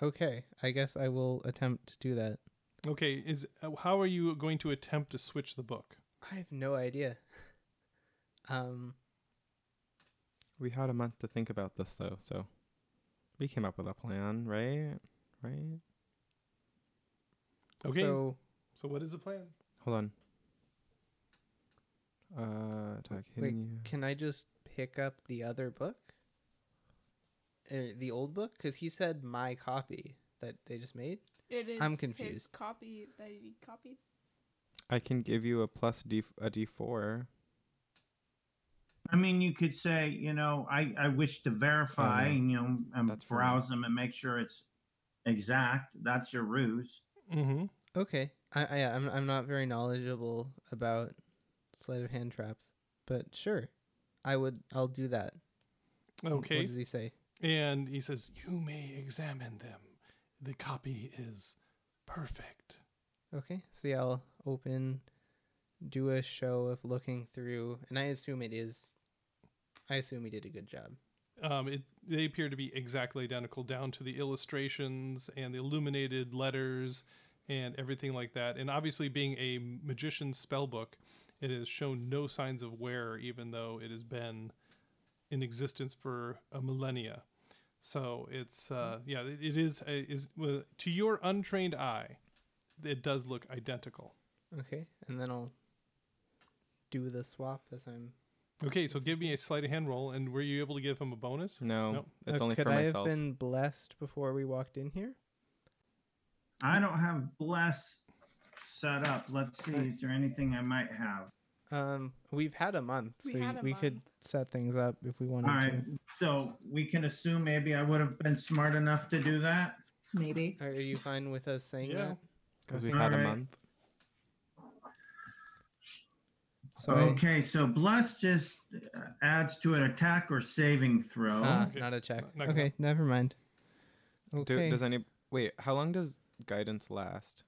Okay, I guess I will attempt to do that. Okay. Is uh, how are you going to attempt to switch the book? I have no idea. Um, We had a month to think about this though, so we came up with a plan, right? Right? Okay. So, So what is the plan? Hold on. Uh, attack wait, hitting you. can I just pick up the other book? Er, the old book, because he said my copy that they just made. it is I'm His confused. copy that he copied. I can give you a plus d a d four. I mean, you could say, you know, I, I wish to verify, no. and, you know, and That's for me. browse them and make sure it's exact. That's your ruse. Mm-hmm. Okay, I, I I'm I'm not very knowledgeable about sleight of hand traps, but sure, I would. I'll do that. Wh- Okay. What does he say? And he says, "You may examine them. The copy is perfect." Okay, so yeah, I'll open, do a show of looking through, and I assume it is. I assume he did a good job. Um, it, they appear to be exactly identical down to the illustrations and the illuminated letters and everything like that. And obviously, being a magician's spell book, it has shown no signs of wear, even though it has been in existence for a millennia. So it's uh, yeah, it, it is it is well, to your untrained eye, it does look identical. Okay, and then I'll do the swap as I'm. Okay, so give me a sleight of hand roll, and were you able to give him a bonus? No, Nope. it's Uh, only could for I myself. have been blessed before we walked in here? I don't have bless set up. Let's see. Is there anything I might have? Um, we've had a month, We so had y- a we could month. set things up if we wanted All right. to. So we can assume maybe I would have been smart enough to do that. Maybe. Are are you fine with us saying Yeah. that? Because we've Okay. had a Alright. month. So I- Okay, so bless just uh, adds to an attack or saving throw. ah, okay. not a check. Not gonna- okay, never mind. Do, Okay. Does any wait? How long does guidance last?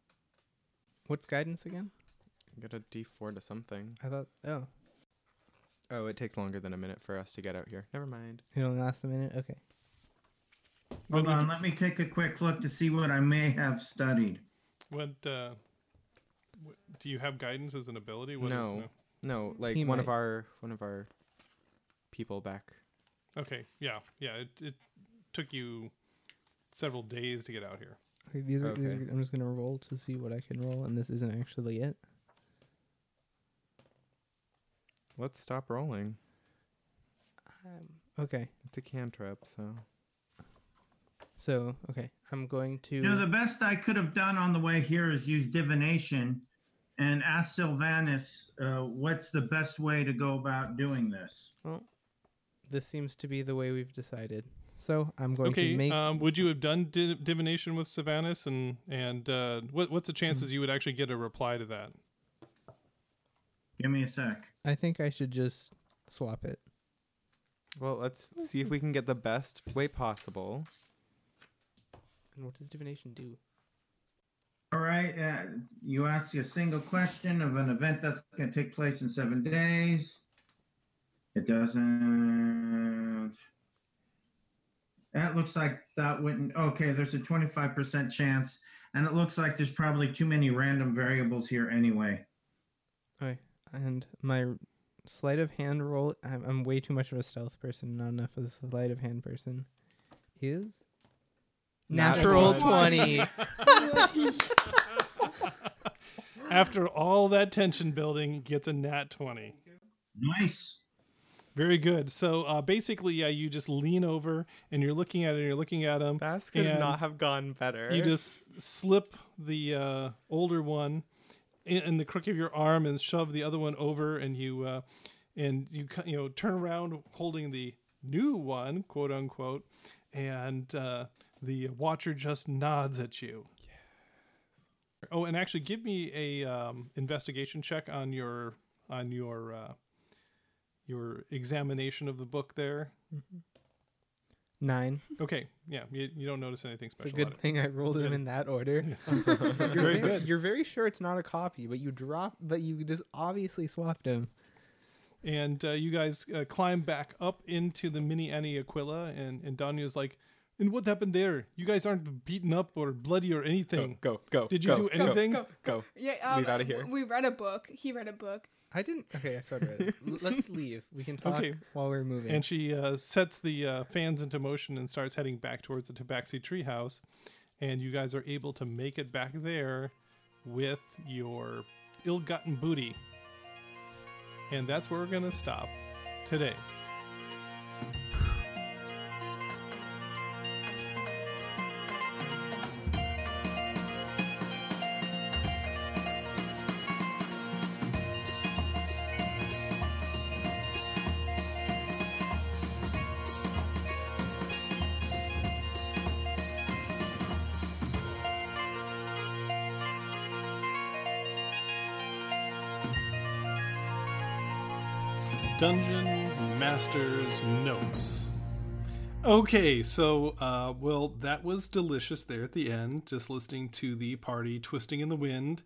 What's guidance again? Get a D four to something. I thought. Oh, Oh, it takes longer than a minute for us to get out here. Never mind. it only lasts a minute. Okay. When Hold would, on, let me take a quick look to see what I may have studied. what, uh, what- do you have guidance as an ability? What is no, no, like He one of might. our one of our people back. Okay, yeah, yeah. It, it took you several days to get out here. Okay, these are, these Okay. are I'm just gonna roll to see what I can roll, and this isn't actually it. Let's stop rolling. Okay, It's a cantrip, so so okay, I'm going to. You know, the best I could have done on the way here is use divination and ask Sylvanus uh, what's the best way to go about doing this. this seems to be the way we've decided. So I'm going okay, to make. um, would you have done di- divination with Savannis? And and uh, what, what's the chances you would actually get a reply to that? Give me a sec. I think I should just swap it. well, let's see if we can get the best way possible. And what does divination do? All right, uh, you ask a single question of an event that's going to take place in seven days. It doesn't. That looks like that wouldn't. Okay, there's a 25% chance, and it looks like there's probably too many random variables here anyway. Okay, and my r- sleight of hand roll. I'm, I'm way too much of a stealth person, not enough of a sleight of hand person. Is natural Natural twenty. After all that tension building, gets a nat twenty. Nice. Very good. So uh, basically, yeah, you just lean over and you're looking at it and you're looking at him. That could And not have gone better. You just slip the uh, older one in, in the crook of your arm and shove the other one over, and you uh, and you cu- you know turn around holding the new one, quote unquote, and uh, the watcher just nods at you. Oh, and actually, give me a um, investigation check on your on your uh, your examination of the book there. Nine. Okay, yeah, you, you don't notice anything special. It's a about good it. thing I rolled them in that order. you're Very very, good. You're very sure it's not a copy, but you drop, but you just obviously swapped them. and uh, you guys uh, climb back up into the mini Annie Aquila, and and Danya's like, "And what happened there? You guys aren't beaten up or bloody or anything." go, go, go. Did you go, do go, anything? Go, go. Yeah, um, Leave outta w- here. We read a book. He read a book. I didn't. Okay, I sort of read it. L- Let's leave. We can talk Okay. while we're moving. And she uh, sets the uh, fans into motion and starts heading back towards the Tabaxi treehouse, and you guys are able to make it back there with your ill-gotten booty, and that's where we're gonna stop today. Dungeon Master's Notes. Okay, so, uh, well, that was delicious there at the end, just listening to the party twisting in the wind,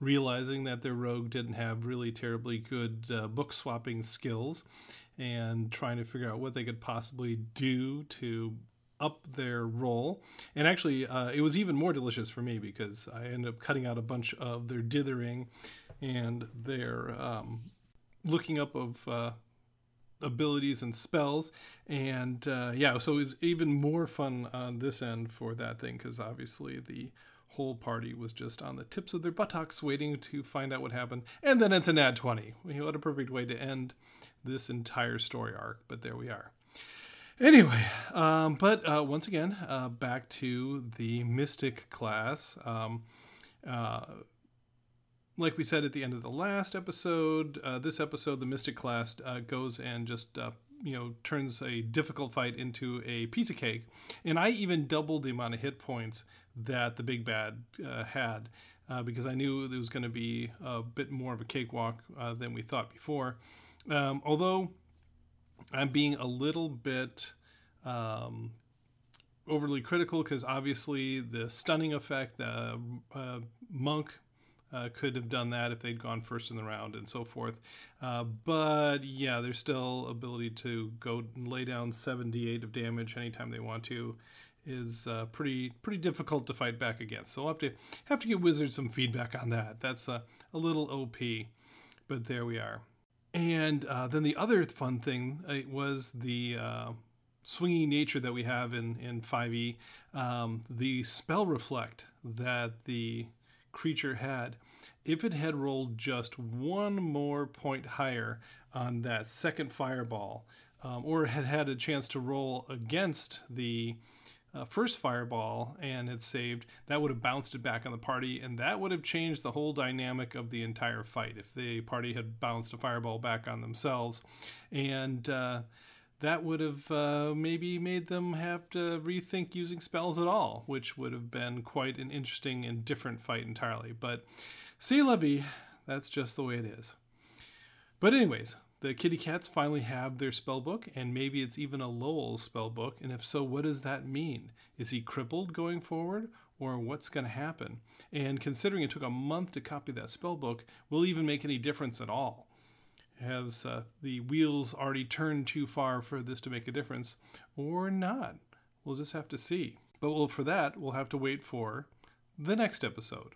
realizing that their rogue didn't have really terribly good uh, book swapping skills, and trying to figure out what they could possibly do to up their roll. And actually, uh, it was even more delicious for me because I ended up cutting out a bunch of their dithering and their um, looking up of uh, abilities and spells and uh, yeah so it was even more fun on this end for that thing because obviously the whole party was just on the tips of their buttocks waiting to find out what happened and then it's an ad 20 You know, what a perfect way to end this entire story arc but there we are Anyway, um, but uh, once again, uh, back to the Mystic class. Um, uh, like we said at the end of the last episode, uh, this episode, the Mystic class uh, goes and just uh, you know turns a difficult fight into a piece of cake, and I even doubled the amount of hit points that the big bad uh, had. uh, because I knew it was going to be a bit more of a cakewalk uh, than we thought before. Um, although I'm being a little bit um, overly critical because obviously the stunning effect, uh, uh, Monk uh, could have done that if they'd gone first in the round and so forth. Uh, but yeah, there's still ability to go and lay down 78 of damage anytime they want to is uh, pretty pretty difficult to fight back against. So I'll have to have to give Wizard some feedback on that. That's uh, a little OP, but there we are. And uh, then the other fun thing uh, was the uh, swingy nature that we have in, in 5e, um, the spell reflect that the creature had. If it had rolled just one more point higher on that second fireball, um, or had had a chance to roll against the uh, first fireball and had saved, that would have bounced it back on the party, and that would have changed the whole dynamic of the entire fight if the party had bounced a fireball back on themselves. And uh, that would have uh, maybe made them have to rethink using spells at all, which would have been quite an interesting and different fight entirely. But see, Levy, that's just the way it is. But anyways, the kitty cats finally have their spell book, and maybe it's even a Lowell spell book. And if so, what does that mean? Is he crippled going forward, or what's going to happen? And considering it took a month to copy that spell book, will it even make any difference at all? Has uh, the wheels already turned too far for this to make a difference, or not? We'll just have to see. But well, for that, we'll have to wait for the next episode.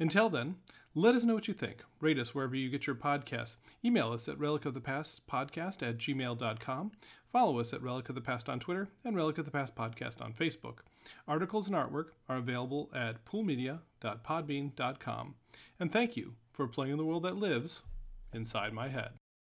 Until then, let us know what you think. Rate us wherever you get your podcasts. Email us at relic of the past podcast at gmail.com. Follow us at relic of the past on Twitter and relic of the past podcast on Facebook. Articles and artwork are available at poolmedia.podbean.com. And thank you for playing in the world that lives inside my head.